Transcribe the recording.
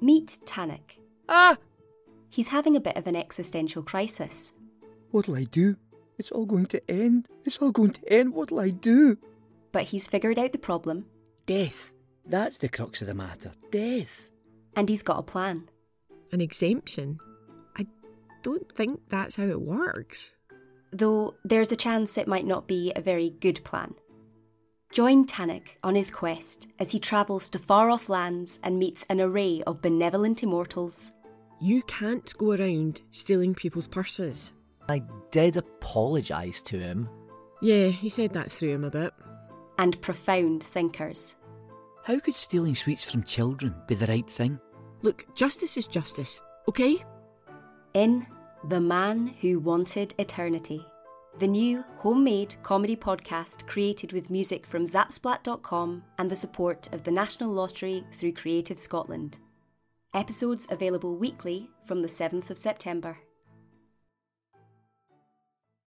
Meet Tanik. Ah! He's having a bit of an existential crisis. What'll I do? It's all going to end. It's all going to end. What'll I do? But he's figured out the problem Death. That's the crux of the matter. Death. and he's got a plan. An exemption? I don't think that's how it works. Though there's a chance it might not be a very good plan. Join Tanik on his quest as he travels to far off lands and meets an array of benevolent immortals. You can't go around stealing people's purses. I did apologise to him. Yeah, he said that through him a bit. and profound thinkers. How could stealing sweets from children be the right thing? Look, justice is justice, okay? In The Man Who Wanted Eternity, the new homemade comedy podcast created with music from zapsplat.com and the support of the National Lottery through Creative Scotland. Episodes available weekly from the 7th of September.